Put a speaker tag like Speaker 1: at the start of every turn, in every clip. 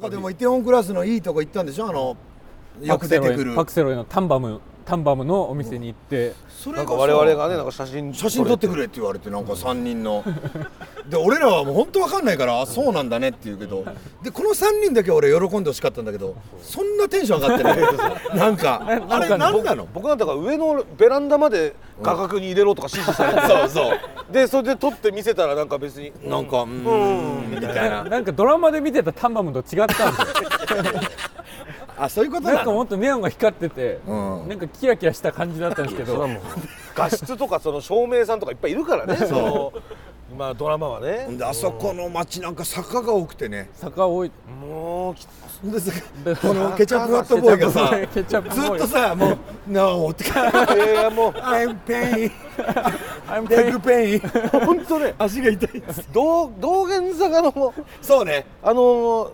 Speaker 1: ぱでもイテウォンクラスのいいとこ行ったんでしょあのよ
Speaker 2: パ
Speaker 1: く
Speaker 2: クセ
Speaker 1: 出
Speaker 2: ロ
Speaker 1: てく
Speaker 2: イ
Speaker 1: る
Speaker 2: のパクセロイのタンバムタンバムのお店に行って、
Speaker 1: それ
Speaker 3: なん
Speaker 1: こ
Speaker 3: か
Speaker 1: そ
Speaker 3: 我々がねなんか写真
Speaker 1: 写真撮ってくれって言われてなんか3人 ので俺らはもう本当わかんないからあそうなんだねって言うけどでこの3人だけ俺喜んでほしかったんだけどそんなテンション上がって ないなんかあれ
Speaker 2: なんか
Speaker 1: 何
Speaker 2: ね
Speaker 1: なの
Speaker 3: 僕なんだから上のベランダまで画角に入れろとか指示されて、 そうそうでそれで撮って見せたらなんか別に
Speaker 1: なんかうーんみたいな
Speaker 2: なんかドラマで見てたタンバムと違ったんですよ
Speaker 1: あそういうこと
Speaker 2: な
Speaker 1: なん
Speaker 2: か
Speaker 1: の
Speaker 2: もっとネオンが光ってて、
Speaker 1: うん
Speaker 2: なんかキラキラした感じだったんですけど
Speaker 3: 画質とかその照明さんとかいっぱいいるか らねそのまあドラマはね
Speaker 1: であそこの町なんか坂が多くてね
Speaker 2: 坂多い
Speaker 3: もうき
Speaker 1: でそ
Speaker 2: で
Speaker 1: このケチャップワットボーイがさ
Speaker 2: ケチャップ
Speaker 1: ずっ
Speaker 2: ボーイ
Speaker 1: とさもう「No」って か
Speaker 3: ついやもう
Speaker 1: 「I'm pain」「
Speaker 2: I'm
Speaker 1: Big
Speaker 2: paying-
Speaker 1: pain」
Speaker 3: 本当ね
Speaker 1: 足が痛い
Speaker 3: 道道玄坂の
Speaker 1: そうね
Speaker 3: あの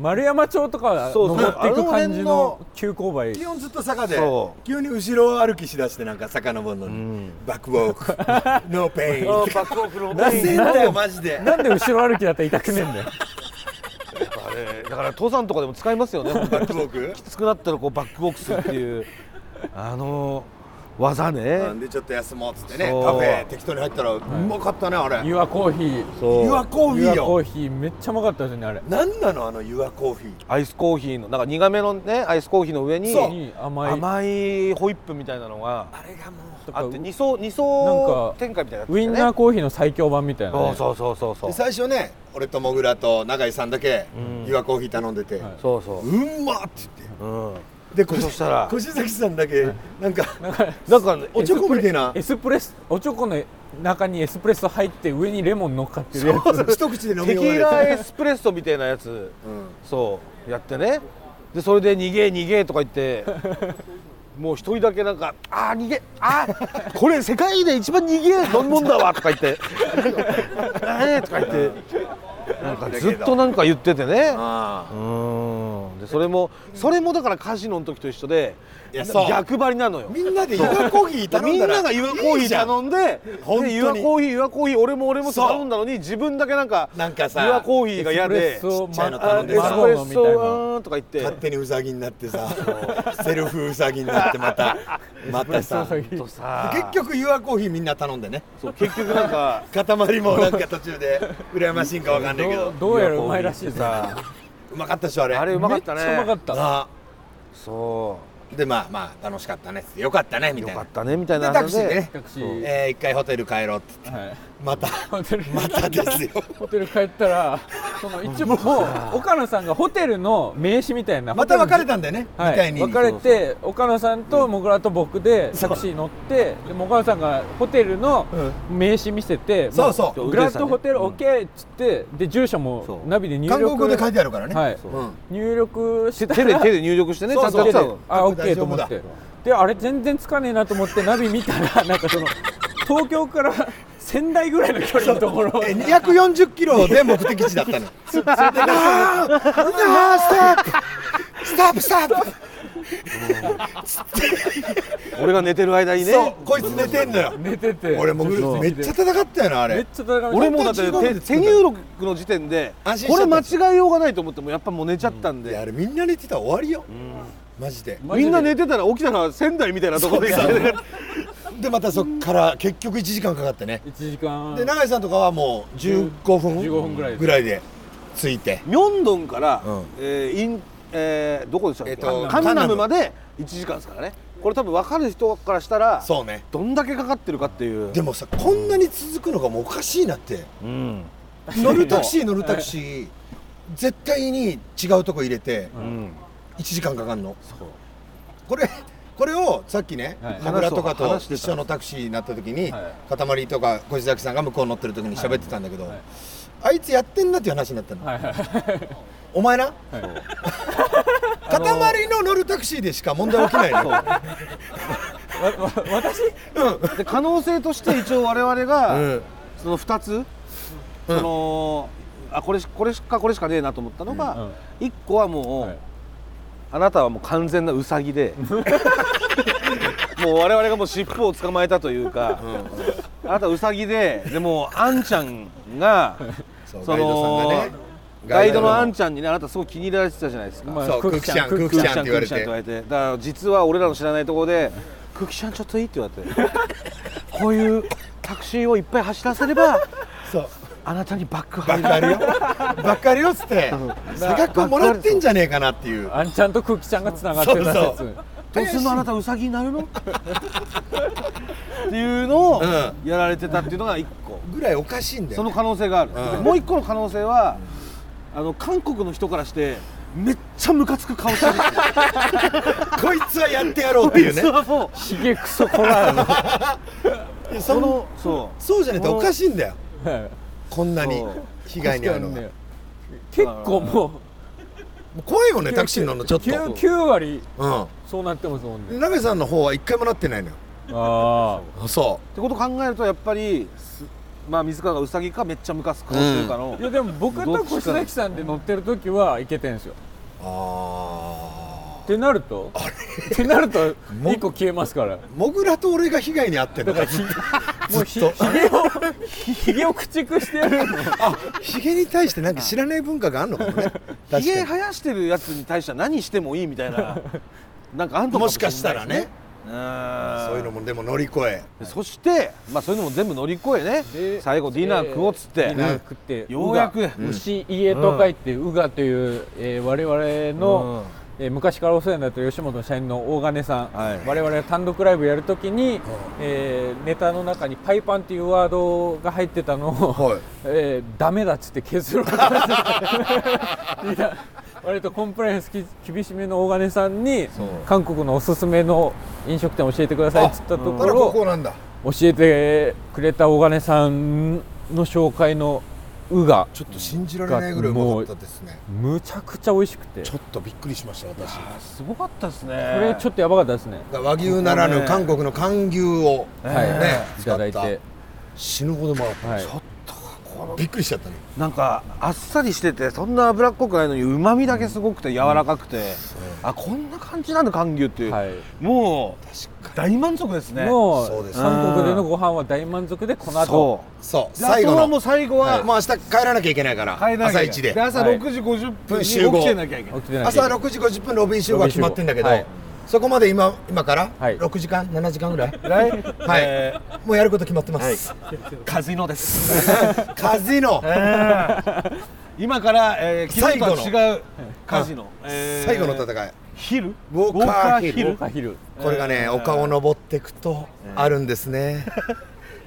Speaker 2: 丸山町とか
Speaker 3: そうそう
Speaker 2: 登っていく感じ
Speaker 3: あの
Speaker 2: の急勾配
Speaker 1: 基本ずっと坂で
Speaker 3: そう
Speaker 1: 急に後ろ歩きしだしてなんか遡るのに、バックウォークノーペイン
Speaker 3: あ バックオフの
Speaker 1: なせんだよマジで
Speaker 2: なんで後ろ歩きだったら痛くねえんだよ
Speaker 3: あれだから登山とかでも使いますよね
Speaker 1: バックウォーク
Speaker 3: 熱くなったらこうバックボックスって いうあの技ね
Speaker 1: なんでちょっと休もうっつってねカ
Speaker 3: そう
Speaker 1: フェ適当に入ったらうまかったねあれ
Speaker 2: ユアコーヒー
Speaker 3: そう
Speaker 1: ユアコーヒー
Speaker 2: ユアコ
Speaker 1: よ
Speaker 2: ーヒーめっちゃうまかったですねあれ
Speaker 1: なんなのあのユアコーヒー
Speaker 3: アイスコーヒーのなんか苦めのねアイスコーヒーの上に
Speaker 1: そう
Speaker 2: に甘い
Speaker 3: 甘いホイップみたいなのが
Speaker 1: あれがも
Speaker 2: とか
Speaker 3: あ
Speaker 2: ウ
Speaker 3: って
Speaker 2: ィ
Speaker 3: 二層二
Speaker 2: なん
Speaker 3: 層
Speaker 2: か
Speaker 3: 展開みたいになっててね
Speaker 2: ンナーコーヒーの最強版みたいなね、
Speaker 3: そうそうそうそうう
Speaker 1: で
Speaker 3: そ
Speaker 1: 最
Speaker 3: う
Speaker 1: 初ね俺ともぐらと永井さんだけ
Speaker 3: うん
Speaker 1: ユアコーヒー頼んでて、
Speaker 2: はいう
Speaker 3: そうそう
Speaker 1: うんまっって言って
Speaker 3: うん
Speaker 1: で
Speaker 3: そしたら
Speaker 1: 越崎さんだけなんか
Speaker 3: なんかね
Speaker 1: おちょこみたいな
Speaker 2: エスプレッソおちょこの中にエスプレッソ入って上にレモン乗っかってるやつ
Speaker 1: 一口で飲み
Speaker 3: テキ
Speaker 1: 終
Speaker 3: ー
Speaker 1: わ
Speaker 3: ラ
Speaker 1: れ
Speaker 3: エ
Speaker 1: て
Speaker 3: スプレッソみたいなやつ
Speaker 1: うん
Speaker 3: そうやってねでそれで逃げ逃げとか言って もう一人だけなんか「あー逃げあーこれ世界で一番逃げ飲んもんだわ」とか 言って「えーとか言ってなんかずっとなんか言っててね
Speaker 1: あ
Speaker 3: うーんでそれもそれもだからカジノの時と一緒で
Speaker 1: いやそう
Speaker 3: 逆張りなのよ
Speaker 1: あみんなでユアコーヒー頼
Speaker 3: み
Speaker 1: ん
Speaker 3: ん
Speaker 1: だら
Speaker 3: なが岩コーヒ
Speaker 1: いい
Speaker 3: ー
Speaker 1: じゃん
Speaker 3: 頼んで
Speaker 1: 本当に
Speaker 3: で岩コーヒー岩コーヒー俺も俺も
Speaker 1: そう
Speaker 3: 頼んだのに自分だけなんか
Speaker 1: なんかさ
Speaker 3: 岩コーヒーが嫌
Speaker 2: エ
Speaker 3: で
Speaker 2: スプレッソ
Speaker 1: ちっちゃいの
Speaker 2: マ
Speaker 1: 頼
Speaker 3: あ
Speaker 1: ん
Speaker 3: エス
Speaker 1: で
Speaker 3: プ
Speaker 1: る
Speaker 3: レ
Speaker 1: マ
Speaker 2: ロンの
Speaker 3: ッ
Speaker 2: み
Speaker 3: ソ
Speaker 2: たいうな
Speaker 3: ーんとか言って
Speaker 1: 勝手にウサギになってさ セルフウサギになってまたまたさ
Speaker 2: そう
Speaker 1: 結
Speaker 2: そう
Speaker 3: とさ
Speaker 1: 局ユアコーヒーみんな頼んでね
Speaker 3: そう結局なんか
Speaker 1: 塊もなんか途中で羨ましいんかわかんないけど
Speaker 2: どうどうやらうまいらしいです
Speaker 3: さ
Speaker 1: うまかったでしょあれ
Speaker 3: あれうまかったね
Speaker 2: めっちゃうまかった
Speaker 1: あ
Speaker 3: そ
Speaker 1: でまあまあ楽しかったねよかったね
Speaker 3: う
Speaker 1: み
Speaker 3: よ
Speaker 1: たい
Speaker 3: かっ
Speaker 1: な
Speaker 3: たねみたい
Speaker 1: で
Speaker 3: な
Speaker 1: タクシーで
Speaker 3: で
Speaker 1: ね
Speaker 2: タクシー、
Speaker 1: えー一回ホテル帰ろうって言って
Speaker 2: はい、
Speaker 1: また
Speaker 2: ホテル
Speaker 1: またですよ
Speaker 2: ホテル帰ったらその一応もう岡野さんがホテルの名刺みたいな
Speaker 1: また別れたんだよねみ
Speaker 2: は
Speaker 1: たい
Speaker 2: い、
Speaker 1: に
Speaker 2: 別れて岡野さんともぐらと僕でタクシー乗ってでもう岡野さんがホテルの名刺見せて「
Speaker 1: そうそう
Speaker 2: もグランドホテルオッケーっつってで住所
Speaker 3: そ
Speaker 2: も
Speaker 3: う
Speaker 2: ナビで入
Speaker 1: 韓
Speaker 2: 力
Speaker 1: 国語で書いてあるからね
Speaker 2: はい
Speaker 3: そう
Speaker 1: うん
Speaker 2: 入力した
Speaker 3: 手で
Speaker 2: ら
Speaker 3: 手で入力してね
Speaker 1: そう
Speaker 3: ち
Speaker 1: そ
Speaker 3: ゃ
Speaker 1: う
Speaker 3: んとやってた
Speaker 2: 手で
Speaker 3: の
Speaker 2: あオッケー
Speaker 1: 大
Speaker 2: と
Speaker 1: 丈
Speaker 2: 思
Speaker 1: 夫
Speaker 2: っ
Speaker 1: だ
Speaker 2: てであれ全然つかねえなと思ってナビ見たら なんかその東京から仙台ぐらいの距離のところ
Speaker 1: え240キロで目的地だったの。それでああああストップストップストッ
Speaker 3: 俺が寝てる間に
Speaker 1: プ。そう
Speaker 3: ね
Speaker 1: こいつ寝てんのよ。
Speaker 2: 寝てて
Speaker 1: 俺も
Speaker 2: そう
Speaker 1: めっちゃ戦ったよなあ
Speaker 2: めっ
Speaker 1: れ。
Speaker 2: ちゃ高め
Speaker 3: 俺もうだって
Speaker 1: 本当に15
Speaker 3: 手手入力の時点で
Speaker 1: 安心し
Speaker 3: こ
Speaker 1: ちゃ
Speaker 3: れ
Speaker 1: った
Speaker 3: 間
Speaker 1: んです
Speaker 3: 違いようがないと思ってもやっぱもう寝ちゃったん
Speaker 1: いやあ
Speaker 3: で
Speaker 1: れみんな寝てたら終わりよ。マジで。
Speaker 2: マジ
Speaker 3: み
Speaker 2: で
Speaker 3: んな寝てたら起きたら仙台みたいなところで
Speaker 1: そうでまたそっから結局1時間かかってね。
Speaker 2: 1時間
Speaker 1: で永井さんとかはもう15分
Speaker 2: 15分ぐらいです
Speaker 1: ぐらいで着いて。
Speaker 3: ミョンドンから、
Speaker 1: うん
Speaker 3: えーインえーどこでしたっけ、
Speaker 1: えっと
Speaker 3: カンナ
Speaker 1: カンナム
Speaker 3: ムまで1時間ですからねこれ多分分かる人からしたら
Speaker 1: そうね。
Speaker 3: どんだけかかってるかっていう
Speaker 1: でもさこんなに続くのがもうおかしいなって。
Speaker 3: うん
Speaker 1: 乗るタクシー乗るタクシー絶対に違うとこ入れて
Speaker 3: うん
Speaker 1: 1時間かかんの。
Speaker 3: そう
Speaker 1: これこれをさっきね、
Speaker 2: はい
Speaker 1: もぐらとかと
Speaker 3: 話してた
Speaker 1: 一緒のタクシーになった時に、
Speaker 2: は
Speaker 1: 塊とか越崎さんが向こう乗ってる時に喋ってたんだけど、
Speaker 2: はい
Speaker 1: あいつやってんなっていう話になったの、
Speaker 2: はいはい
Speaker 1: お前な
Speaker 2: はい
Speaker 1: 塊の乗るタクシーでしか問題起きないの、
Speaker 2: わわ 私
Speaker 3: で可能性として一応我々が、
Speaker 1: うん
Speaker 3: その2つ、そのあこれしこれしかこれしかねえなと思ったの
Speaker 2: うんうん
Speaker 3: が、一1個はも
Speaker 2: は
Speaker 3: う、
Speaker 2: い
Speaker 3: あなたはもう完全なウサギ でもう我々がもう尻尾を捕まえたというか、あなたウサギででもあんちゃんが
Speaker 1: そう
Speaker 3: そ
Speaker 1: ガイドさんが
Speaker 3: の
Speaker 1: ね
Speaker 3: ガイドのあんちゃんにねあなたすごい気に入られてたじゃないですか、
Speaker 2: まあ
Speaker 1: そう
Speaker 2: クッキャン
Speaker 1: クッキャンクッキャンって言われて
Speaker 3: クッキャンって言われてだから実は俺らの知らないところで「クッキシャンちょっといい?」って言わ れてこういうタクシーをいっぱい走らせれば
Speaker 1: そう
Speaker 3: あなたにバック
Speaker 1: ばっ
Speaker 3: 入る
Speaker 1: かりよばっかりよっつって差額もらってんじゃねえかなっていう
Speaker 2: あんちゃんと空気ちゃんがつながってた説
Speaker 1: そうそう
Speaker 3: どうすんのあなたウサギに なるのっていうのを
Speaker 1: う
Speaker 3: やられてたっていうのが1個
Speaker 1: ぐらいおかしいんだ
Speaker 3: そ
Speaker 1: よ
Speaker 3: の
Speaker 1: ね
Speaker 3: 可能性がある、
Speaker 1: うん
Speaker 3: もう1個の可能性はあの韓国の人からしてめっちゃムカつく顔してるんですよ
Speaker 1: こいつはやってやろうっていう ね
Speaker 3: それはも
Speaker 2: ひげくそこらの
Speaker 1: いや
Speaker 3: う
Speaker 1: そ
Speaker 3: こ
Speaker 1: の
Speaker 3: のそう
Speaker 1: そうじゃないとおかしいんだよ
Speaker 2: はい
Speaker 1: こんなに
Speaker 3: そう
Speaker 1: 被害に遭うの
Speaker 2: 確か
Speaker 1: が
Speaker 2: にね結構も
Speaker 1: もう怖いもんねタクシーに乗るのちょ
Speaker 2: う
Speaker 1: っと
Speaker 2: 9割
Speaker 1: う
Speaker 2: そうなってますもんね
Speaker 1: ん鍋さんの方は一回もなってないのよ
Speaker 2: あ
Speaker 1: あそ
Speaker 3: ってことを考えるとやっぱりすまあ水川がウサギかめっちゃムカつく顔してるかの、
Speaker 2: あいやでも僕と越崎さんで乗ってる時はいけてんすよ
Speaker 1: うあ
Speaker 2: ってなるとってなると
Speaker 1: も
Speaker 2: 1個消えますから
Speaker 1: あモグラと俺が被害に遭ってん
Speaker 2: だ
Speaker 1: の
Speaker 2: から
Speaker 1: か
Speaker 2: ひもうひひげをひげを駆逐してやるの
Speaker 1: あひげに対してなんか知らない文化があるのか もね
Speaker 3: ひげ生やしてるやつに対しては何してもいいみたいななんかあんと
Speaker 1: もしかしたらね
Speaker 3: そう
Speaker 1: そういうのもでも乗り越え
Speaker 3: そして、まあ、そういうのも全部乗り越えね
Speaker 2: で
Speaker 3: 最後ディナー食おうっつって、
Speaker 2: ディナー食って
Speaker 3: うんようやく
Speaker 2: ウガ牛家と書いてウガという、えー我々の、えー昔からお世話になっている吉本の社員の大金さん、
Speaker 3: はい
Speaker 2: 我々が単独ライブやるときに、えーネタの中にパイパンっていうワードが入ってたのを、
Speaker 1: はい
Speaker 2: えーダメだっつって削ろうとしてい や割とコンプライアンスき厳しめの大金さんに
Speaker 1: う
Speaker 2: 韓国のおすすめの飲食店教えてくださいっつったと
Speaker 1: だ
Speaker 2: こ
Speaker 1: から
Speaker 2: ろ、
Speaker 1: ここなんだ
Speaker 2: 教えてくれた小金さんの紹介の「う」が
Speaker 1: ちょっと信じられないぐらいうまかったですね
Speaker 2: むちゃくちゃ美味しくて
Speaker 1: ち
Speaker 2: こ
Speaker 1: ょっとびっくりしました私だか
Speaker 3: すごかったですね
Speaker 2: れちょっとやばかったですね、
Speaker 1: ら和牛ならぬ韓国の韓牛を
Speaker 2: はい、
Speaker 1: ね
Speaker 2: い
Speaker 1: 使
Speaker 2: ただ
Speaker 1: っ
Speaker 2: い
Speaker 1: た
Speaker 2: て、
Speaker 1: 死ぬほどうまかった
Speaker 2: はい、
Speaker 1: びっくりしちゃったね
Speaker 3: なんかあっさりしててそんな脂っこくないのにうまみだけすごくて柔らかくて、あこんな感じなんだ韓牛っていう、
Speaker 2: はい
Speaker 3: もう大満足ですね
Speaker 2: も
Speaker 1: そう
Speaker 2: う
Speaker 1: です
Speaker 2: 韓国でのご飯は大満足でこの後
Speaker 3: そう
Speaker 1: そう
Speaker 3: であ
Speaker 1: 最後
Speaker 3: とはもう
Speaker 1: の
Speaker 3: 最後
Speaker 1: はい
Speaker 3: は、
Speaker 1: もう明日帰らなきゃいけないから
Speaker 3: 帰らなきゃ
Speaker 1: 朝
Speaker 3: いけない
Speaker 1: 一で
Speaker 3: 朝
Speaker 2: はい
Speaker 3: 6時50分に
Speaker 1: 集合
Speaker 3: 起きてなきゃいけない
Speaker 2: 起きてなきゃいけ
Speaker 1: 朝
Speaker 2: ない
Speaker 1: 6時50分ロビン集合は決まってんだけど
Speaker 2: ロビン集
Speaker 1: そこまで今今から
Speaker 2: はい
Speaker 1: 6時間7時間ぐらい
Speaker 3: はい、
Speaker 1: はい
Speaker 3: え
Speaker 1: もうやること決まってます
Speaker 3: ーカズイノです。
Speaker 1: カジノ
Speaker 3: 今から、えー、昨日
Speaker 1: 最
Speaker 3: と
Speaker 1: 後の
Speaker 3: は違うカジノ。えー
Speaker 1: 最後の戦い
Speaker 3: ヒルウ
Speaker 1: ウォーカーヒル
Speaker 2: お昼
Speaker 1: これがね丘を登っていくとあるんですね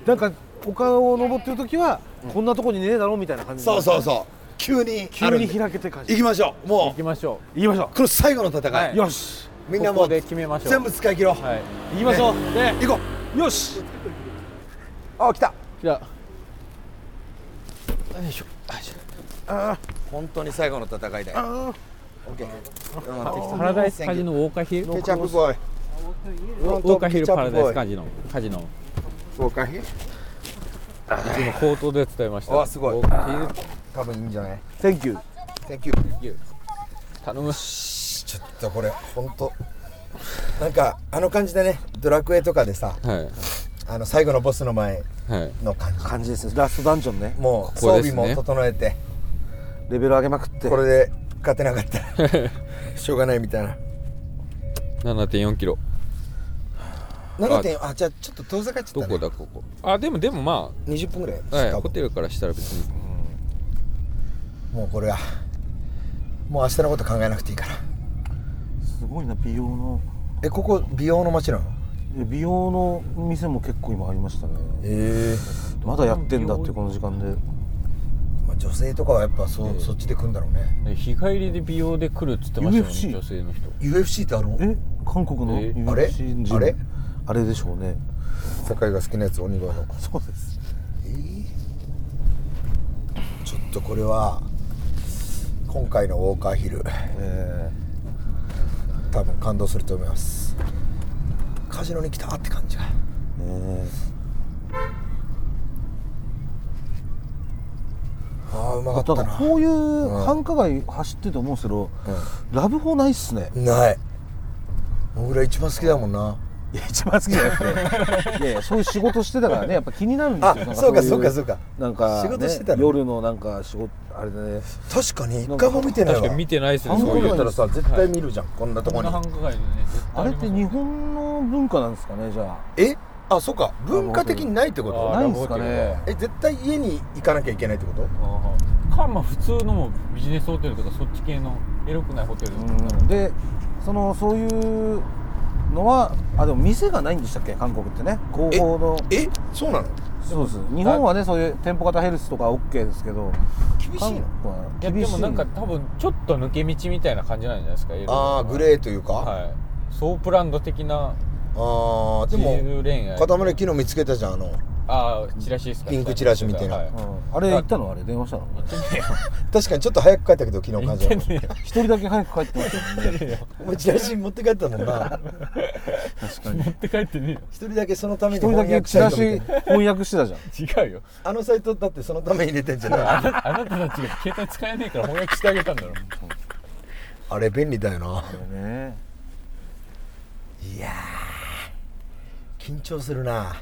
Speaker 3: なんか丘を登ってる時は、こんなとこにねえだろみたいな感じ
Speaker 1: そうそうそう急にあ
Speaker 3: 急
Speaker 1: るん
Speaker 3: に
Speaker 1: で
Speaker 3: 開けて感じ
Speaker 1: 行きましょうも
Speaker 2: 行
Speaker 1: う
Speaker 2: きましょ
Speaker 3: 行きましょ
Speaker 1: この最後の戦い、
Speaker 2: は
Speaker 3: うよし
Speaker 1: みんなも
Speaker 2: ここ
Speaker 1: う
Speaker 2: で決めましょう
Speaker 1: 全部使い切ろう、
Speaker 2: うはい
Speaker 3: 行きましょう、ね
Speaker 1: 行こ
Speaker 3: よし
Speaker 1: うあ来た
Speaker 2: じゃあ
Speaker 1: 本当に最後の戦いだよオッケー
Speaker 2: パラダイスカジノウォーカーヒルウ
Speaker 1: ケチャップボーイ
Speaker 2: ォーカーヒルパラダイスカジノカジノ
Speaker 1: ボーカーヒル
Speaker 2: 今口頭で伝えました
Speaker 1: わすごい
Speaker 2: ウォーカーヒル
Speaker 1: 多分いいんじゃない
Speaker 3: Thank you
Speaker 1: Thank you
Speaker 2: 頼む
Speaker 1: ちょっとこれ本当なんかあの感じでねドラクエとかでさ
Speaker 2: は
Speaker 1: あの最後のボスの前
Speaker 2: いはい
Speaker 1: の感じ
Speaker 3: 感じですねラストダンジョンね
Speaker 1: もう
Speaker 2: ここ
Speaker 1: 装
Speaker 2: です
Speaker 1: 備
Speaker 2: ね
Speaker 1: も整えて
Speaker 3: レベル上げまくって
Speaker 1: これで勝てなかった らしょうがないみたいな
Speaker 2: 7.4キロ
Speaker 1: 7点あじゃあちょっと遠ざかっちゃった、
Speaker 2: ど
Speaker 1: ね、
Speaker 2: こだここあでもでもま
Speaker 1: 20分ぐらいし
Speaker 2: あ、はい、
Speaker 1: か
Speaker 2: ホテルからしたら別に
Speaker 1: もうこれはもう明日のこと考えなくていいから
Speaker 3: すごいな美容の
Speaker 1: えここ美容の街なの
Speaker 3: え美容の店も結構今ありましたね
Speaker 1: ええ
Speaker 3: まだやってんだってこの時間で
Speaker 1: まあ、女性とかはやっぱそ,、うそっちで来るんだろうね
Speaker 2: ね日帰りで美容で来るっつってましたもんね
Speaker 3: UFC
Speaker 2: 女性の人
Speaker 1: UFC ってあの
Speaker 3: え韓国の
Speaker 2: え
Speaker 3: UFC
Speaker 1: あれ
Speaker 3: 人
Speaker 1: あれ
Speaker 3: あれでしょうね
Speaker 1: 酒井が好きなやつ鬼越の
Speaker 3: そうです
Speaker 1: ええちょっとこれは今回のウォーカーヒル
Speaker 3: え
Speaker 1: 多分感動すると思いますカジノに来たって感じが
Speaker 3: ーえ
Speaker 1: ああうまか
Speaker 3: ー、
Speaker 1: った
Speaker 3: だ
Speaker 1: な
Speaker 3: からこういう繁華街走ってて思うんですけど、ラブホないっすね
Speaker 1: ない俺が一番好きだもんな
Speaker 3: いや一番好きじゃなくて いやいやそういう仕事してたからねやっぱ気になるんですよ
Speaker 1: あ
Speaker 3: なん
Speaker 1: そうか
Speaker 3: い
Speaker 1: そうかそうか
Speaker 3: なんか、ね、
Speaker 1: 仕事してたの
Speaker 3: 夜のなんか仕事あれだね
Speaker 1: 確かに一回も見てないわ
Speaker 2: 確かに見てないですね
Speaker 3: あ
Speaker 2: そうい
Speaker 1: 見
Speaker 2: う
Speaker 3: 本
Speaker 1: たらさ絶対見るじゃんこんなとこ
Speaker 2: こ
Speaker 1: に
Speaker 2: の繁華街でね絶対
Speaker 3: あ
Speaker 2: り
Speaker 3: れっ
Speaker 2: ます
Speaker 3: て日本の文化なんですかねじゃ
Speaker 1: えあそうか文化的にないってこと
Speaker 2: あ
Speaker 3: あないんですかね
Speaker 1: え絶対家に行かなきゃいけないってこと
Speaker 2: ああかまあ普通のもうビジネスホテルとかそっち系のエロくないホテル
Speaker 3: うんでそのそういうのはあでも店がないんでしたっけ韓国ってね広報の
Speaker 1: えそうなの
Speaker 3: そうです日本はねそういう店舗型ヘルスとか OK ですけど
Speaker 1: 厳しいの
Speaker 3: 国はい
Speaker 2: や
Speaker 3: 厳
Speaker 2: で
Speaker 3: しい
Speaker 2: もなんか多分ちょっと抜け道みたいな感じなんじゃないですかエロ
Speaker 1: ああグレーというか、
Speaker 2: はいソープランド的な
Speaker 1: ああで
Speaker 2: 自
Speaker 1: も
Speaker 2: 由恋愛
Speaker 1: 片村昨日見つけたじゃんあの
Speaker 2: ああチラシですか
Speaker 1: ピンクチラシみたいな
Speaker 2: は
Speaker 3: うんあれ行ったのあれ電話したの
Speaker 1: 確かにちょっと早く帰ったけど昨日
Speaker 2: 言
Speaker 1: 感
Speaker 2: っ
Speaker 1: じ
Speaker 2: てんね
Speaker 3: 一人だけ早く帰ってましたもんね
Speaker 1: お前チラシ持って帰ったもんな
Speaker 3: 確かに
Speaker 2: 持って帰ってね
Speaker 1: 一人だけそのため
Speaker 3: 一
Speaker 1: に
Speaker 3: 人だ
Speaker 1: 翻
Speaker 3: け
Speaker 1: 訳
Speaker 3: チ
Speaker 1: サイ
Speaker 3: ラ
Speaker 1: ト
Speaker 3: シ
Speaker 1: みたいな
Speaker 3: 翻訳してたじゃん
Speaker 2: えよ違うよ
Speaker 1: あのサイトだってそのために入れてんじゃない
Speaker 2: あなあなたたちが携帯使えねえから翻訳してあげたんだろ
Speaker 1: あれ便利だよな
Speaker 3: これね
Speaker 1: いや緊張するな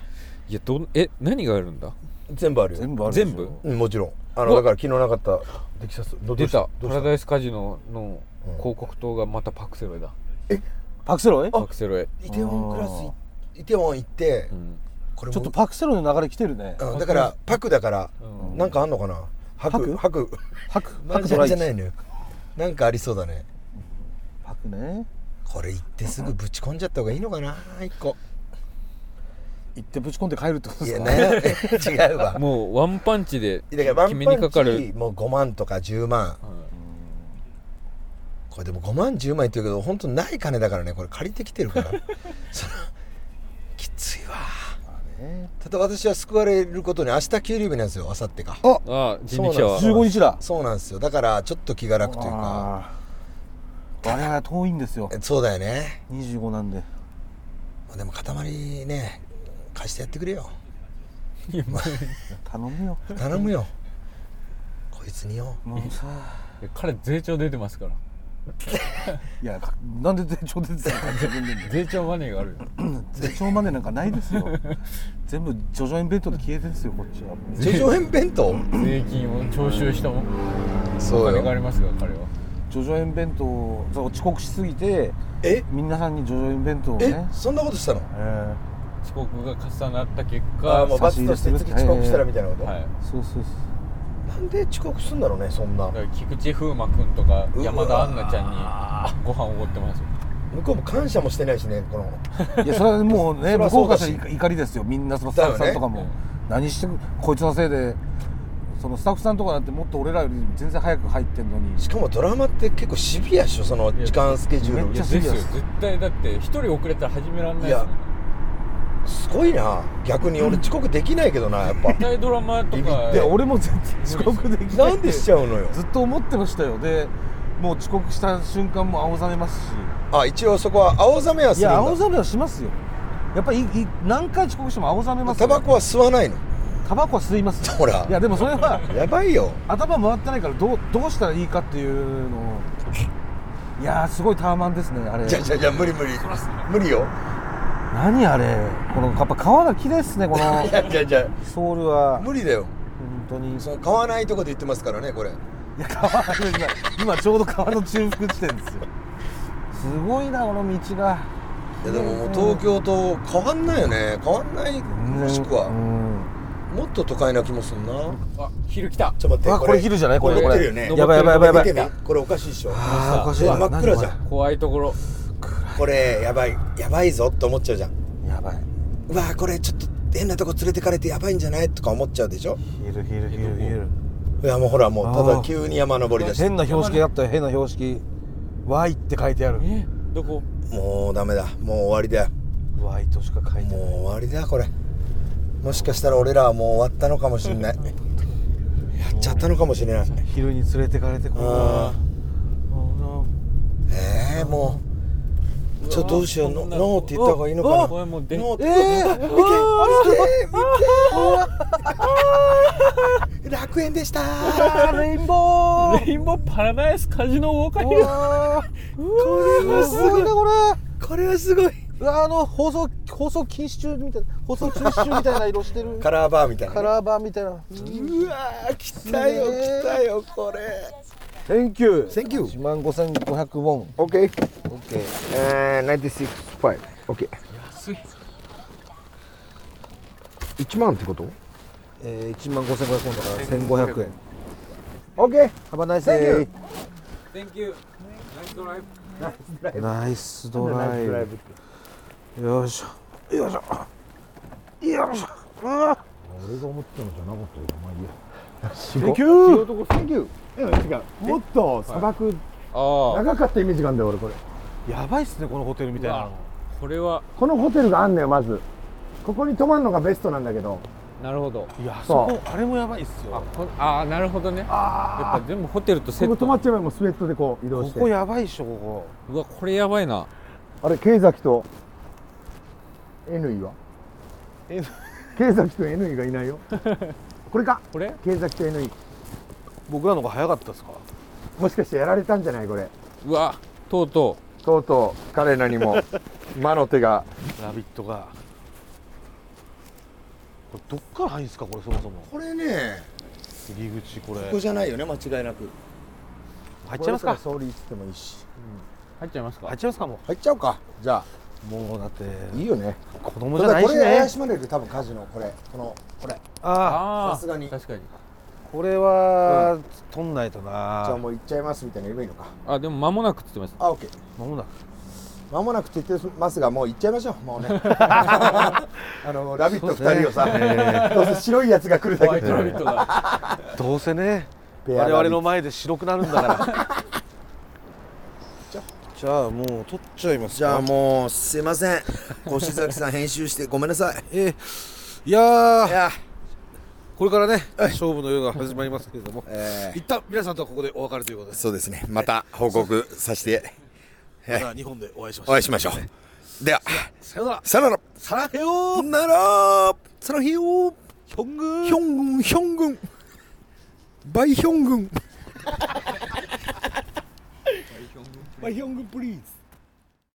Speaker 1: い
Speaker 2: やどんえ何があるんだ
Speaker 1: 全部あるよ
Speaker 3: 全部あるでしょ
Speaker 2: 全部
Speaker 1: うんもちろんあのだから昨日なかったテキサスど
Speaker 2: 出た
Speaker 1: ど
Speaker 2: パ
Speaker 1: う
Speaker 2: ラ
Speaker 1: し
Speaker 2: ダイスカジノの広告塔がまたパクセロイだ
Speaker 3: パクセロイ
Speaker 2: パクセロイ
Speaker 1: イテウォンクラスいイテウォン行って、
Speaker 2: ん
Speaker 1: これ
Speaker 3: ちょっ
Speaker 1: も
Speaker 3: とパクセロイの流れ来てるね
Speaker 1: うんだからパクだから、
Speaker 2: う
Speaker 1: なんかあんのかなハクハク
Speaker 3: パク
Speaker 1: マ
Speaker 3: パ
Speaker 1: ー
Speaker 3: ク
Speaker 1: ジ
Speaker 3: ド
Speaker 1: ャ
Speaker 3: ラ
Speaker 1: ン
Speaker 3: イ
Speaker 1: じ
Speaker 3: チ
Speaker 1: ゃないのよなんかありそうだね
Speaker 3: パクね
Speaker 1: これ行ってすぐぶち込んじゃった方がいいのかな一個
Speaker 3: 行ってぶち込んで帰るってこと
Speaker 1: い
Speaker 3: です
Speaker 1: や
Speaker 3: か
Speaker 1: ね 違うわ
Speaker 2: もうワンパンチで
Speaker 1: だからワ
Speaker 2: 決
Speaker 1: ン
Speaker 2: め
Speaker 1: パ
Speaker 2: にかか
Speaker 1: ン
Speaker 2: る
Speaker 1: チもう5万とか10万、これでも5万10万言ってるけど本当ない金だからねこれ借りてきてるからそのきついわ
Speaker 3: ね
Speaker 1: ただ私は救われることに明日給料日なんですよ明後日か
Speaker 2: ああ人力車は
Speaker 3: 15日だ
Speaker 1: そうなんですよだからちょっと気が楽というか
Speaker 3: ああ我々は遠いんですよ
Speaker 1: えそうだよね
Speaker 3: 25なんで
Speaker 1: でも塊ね貸してやってくれよ
Speaker 3: 頼むよ
Speaker 1: 頼むよこいつによ
Speaker 3: もうさ
Speaker 2: え彼税調出てますから
Speaker 3: いやかなんで税調出てたの自分で
Speaker 2: 税調マネーがあるよ
Speaker 3: 税調までなんかないですよ全部ジョジョエン弁当で消えてんですよこっちは
Speaker 1: 叙々苑弁当
Speaker 2: 税金を徴収したもお
Speaker 1: そう
Speaker 2: 金があ
Speaker 1: よ
Speaker 2: りますが彼は
Speaker 3: ジョジョエン弁当をそう遅刻しすぎて
Speaker 1: え
Speaker 3: 皆さんにジョジョエン弁当を
Speaker 1: え
Speaker 3: ね
Speaker 1: そんなことしたの
Speaker 3: えー
Speaker 2: 遅刻が重なった結
Speaker 1: あ
Speaker 2: 果
Speaker 1: あもう罰として次遅刻したらみたいなこと、
Speaker 2: はい
Speaker 3: そうそうそう
Speaker 1: なんで遅刻すんだろうねそんな
Speaker 2: だから菊池風磨君とか
Speaker 1: うわ
Speaker 2: 山田杏奈ちゃんにご飯おごってますよ
Speaker 1: 向こうも感謝もしてないしねこの
Speaker 3: いやそれはもうね
Speaker 1: そりゃ
Speaker 3: 向
Speaker 1: そ
Speaker 3: こ
Speaker 1: う
Speaker 3: う
Speaker 1: だ
Speaker 3: か
Speaker 1: し
Speaker 3: らしたら怒りですよみんなそのスタッフさんとかも、
Speaker 2: だよね
Speaker 3: 何してくこいつのせいでそのスタッフさんとかなんてもっと俺らより全然早く入ってんのに
Speaker 1: しかもドラマって結構シビアっしょその時間スケジュー
Speaker 3: め
Speaker 2: い
Speaker 3: っ
Speaker 2: や
Speaker 1: ル
Speaker 3: ちゃ
Speaker 2: ですよ
Speaker 3: いや
Speaker 2: 絶対だって一人遅れたら始めらんない
Speaker 1: い
Speaker 2: です
Speaker 1: や
Speaker 2: もん
Speaker 1: すごいな逆に俺遅刻できないけどなやっぱ
Speaker 2: 絶対ドラマと
Speaker 1: ビビっ
Speaker 2: か
Speaker 1: て
Speaker 3: いや俺も全然遅刻できない
Speaker 1: なんでしちゃうのよ
Speaker 3: ずっと思ってましたよでもう遅刻した瞬間も青ざめますし
Speaker 1: あ一応そこは青ざめはす
Speaker 3: い
Speaker 1: るん
Speaker 3: や青
Speaker 1: だ
Speaker 3: ざめはしますよやっぱりいい何回遅刻しても青ざめます
Speaker 1: タ
Speaker 3: よ
Speaker 1: バコは吸わないの
Speaker 3: タバコは吸います
Speaker 1: ほら
Speaker 3: いやでもそれは
Speaker 1: やばいよ
Speaker 3: 頭回ってないからどうどうしたらいいかっていうのをいやーすごいタワマンですねあれ
Speaker 1: じゃあじゃあじゃあ無理無理無理よ
Speaker 3: 何あれこのやっぱ川が綺麗ですねこの
Speaker 1: いやじゃあじゃ
Speaker 3: ソウル
Speaker 1: あ
Speaker 3: は
Speaker 1: 無理だよ
Speaker 3: 本当にい
Speaker 1: その買わないとこで言ってますからねこれ
Speaker 3: や川が今ちょうど川の中腹地点ですよすごいなこの道が
Speaker 1: いやでももう東京と変わんないよね変わんないもしくは
Speaker 3: うん
Speaker 1: もっと都会な気もすんな
Speaker 2: あ昼来た
Speaker 1: ちょっと待って
Speaker 3: あこれ昼じゃないこれ
Speaker 1: こ
Speaker 3: こ
Speaker 1: れ
Speaker 3: れ
Speaker 1: 見てるよね
Speaker 3: やばいやばいやばいやば
Speaker 1: 見
Speaker 3: い
Speaker 1: てみこれおかしいっしょ
Speaker 3: あーおかしい
Speaker 1: 真
Speaker 3: な
Speaker 1: っ暗じゃ
Speaker 3: 何
Speaker 1: ん
Speaker 2: 怖いところ
Speaker 1: これやばいやばいぞって思っちゃうじゃん
Speaker 3: これやばいう
Speaker 1: わーこれちょっと変なとこ連れてかれてやばいんじゃないとか思っちゃうでしょ
Speaker 3: 昼昼昼昼
Speaker 1: いやもうほらもうた
Speaker 3: あ
Speaker 1: だ
Speaker 3: ー
Speaker 1: 急に山登りだし
Speaker 3: 変な標識あったよ変な標識「Y」って書いてある
Speaker 2: えどこ
Speaker 1: もうダメだもう終わりだよ
Speaker 3: 「Y」としか書いて
Speaker 1: もう
Speaker 3: ない
Speaker 1: 終わりだこれもしかしたら俺らはもう終わったのかもしれ ないやっちゃったのかもしれない
Speaker 3: 昼に連れてかれてこう
Speaker 1: あ
Speaker 3: あ
Speaker 1: ええー、もうちょっとどうしよう
Speaker 2: こ
Speaker 1: ノ
Speaker 2: んな
Speaker 1: ノーって言った方がいいのかな
Speaker 2: これもうで
Speaker 1: ノーって
Speaker 3: ええー、見て
Speaker 1: 見て楽園でした
Speaker 3: あレインボー
Speaker 2: レインボーパラダイスカジノウォーカー
Speaker 3: うわーこれはすごいなこれ
Speaker 1: これはすごい
Speaker 3: うわあの放送放送禁止中みたいな放送中止中みたいな色して る
Speaker 4: カラーバーみたいな
Speaker 3: カラーバーみたいな
Speaker 4: うわー来たよ
Speaker 3: ねー
Speaker 4: 来たよこれ
Speaker 3: Thank you
Speaker 4: Thank you
Speaker 3: 1万5500ウォン
Speaker 1: Okay.
Speaker 3: OK
Speaker 1: Uh, 96.5. Okay. 1万ってこと
Speaker 3: えー、1万5500円だから1500円
Speaker 1: ?OK!
Speaker 3: 幅ナイスデ
Speaker 5: Thank you. Nice drive.
Speaker 3: イナイスドライブよいしょよいしょよいしょうわ俺が思ったのじゃなかったよまあいいや Thank you
Speaker 1: 仕事こそ Thank you! いや違う。もっと砂漠、
Speaker 2: ああ
Speaker 1: 長かったイメージがあるんだよ、俺これ。
Speaker 3: やばいっすねこのホテルみたいなの
Speaker 2: これは
Speaker 1: このホテルがあんのよ、まず。ここに泊まるのがベストなんだけど。
Speaker 2: なるほど
Speaker 3: いやあそこあれもやばいっすよ
Speaker 2: こああなるほどねやっぱ全部ホテルとセ
Speaker 1: ここ
Speaker 2: ッ
Speaker 1: 泊ま
Speaker 2: ト
Speaker 1: っちゃえばもうスウェットでこう移動
Speaker 3: こ
Speaker 1: して。
Speaker 3: こやばいっしょこ
Speaker 2: うわこれやばいな
Speaker 1: あれ、ケイザキと N イは
Speaker 3: N
Speaker 1: ケイザキと N イがいないよ。これか
Speaker 2: これ
Speaker 1: ケイザキと N イ。
Speaker 3: こ僕らの方が早かったっすか
Speaker 1: もしかしてやられたんじゃないこれ。
Speaker 2: うわとうと
Speaker 1: とうとう彼らにも魔の手が
Speaker 3: ラビットがこれどっから入るんすかこれそもそも
Speaker 4: これね
Speaker 3: 入り口これ
Speaker 4: ここじゃないよね間違いなく
Speaker 3: 入っちゃいますか
Speaker 1: ソーリーっつってもいいし
Speaker 2: う入っちゃいますか
Speaker 3: 入っちゃいますかも
Speaker 1: 入っちゃおうかじゃあ
Speaker 3: うもうだって
Speaker 1: いいよね
Speaker 3: 子供
Speaker 1: た
Speaker 3: じ
Speaker 1: だ
Speaker 3: ゃない
Speaker 1: こ
Speaker 3: し
Speaker 1: れ怪
Speaker 3: ね
Speaker 1: しまれる多分カジノこれこのこれじ
Speaker 3: ああ
Speaker 2: ああ
Speaker 1: さすがに
Speaker 2: 確かに
Speaker 3: これは、取んないとな
Speaker 1: ゃあもう行っちゃいますみたいなの言えばいいのか
Speaker 2: あでも間もなくって言ってまし
Speaker 1: あオッケー
Speaker 3: まもなく
Speaker 1: 間もなくって言ってますがもう行っちゃいま しょうもうねあのラビット2人をさ、どうせ白いやつが来るだけ
Speaker 2: たラビットが
Speaker 3: どうせね
Speaker 1: ペアラ
Speaker 3: 我
Speaker 1: ビ
Speaker 3: 々の前で白くなる んだからじゃあもう取っちゃいますか
Speaker 4: じゃあもうすいません越崎さん編集してごめんなさい
Speaker 3: えーいやー
Speaker 4: いや
Speaker 3: これからね勝負の夜が始まりますけれども、
Speaker 4: え
Speaker 3: 一旦皆さんとはここでお別れということです
Speaker 4: そうですねまた報告させて
Speaker 3: また日本でお会いしましょ
Speaker 4: お
Speaker 3: う
Speaker 4: 会いしましょうでは
Speaker 3: さよなら
Speaker 4: さよなら
Speaker 3: さらへよ
Speaker 4: さよならさらへよ
Speaker 3: ひょんぐー
Speaker 4: ヒョングンヒョングンバイヒョングンバイヒョングンプリーズ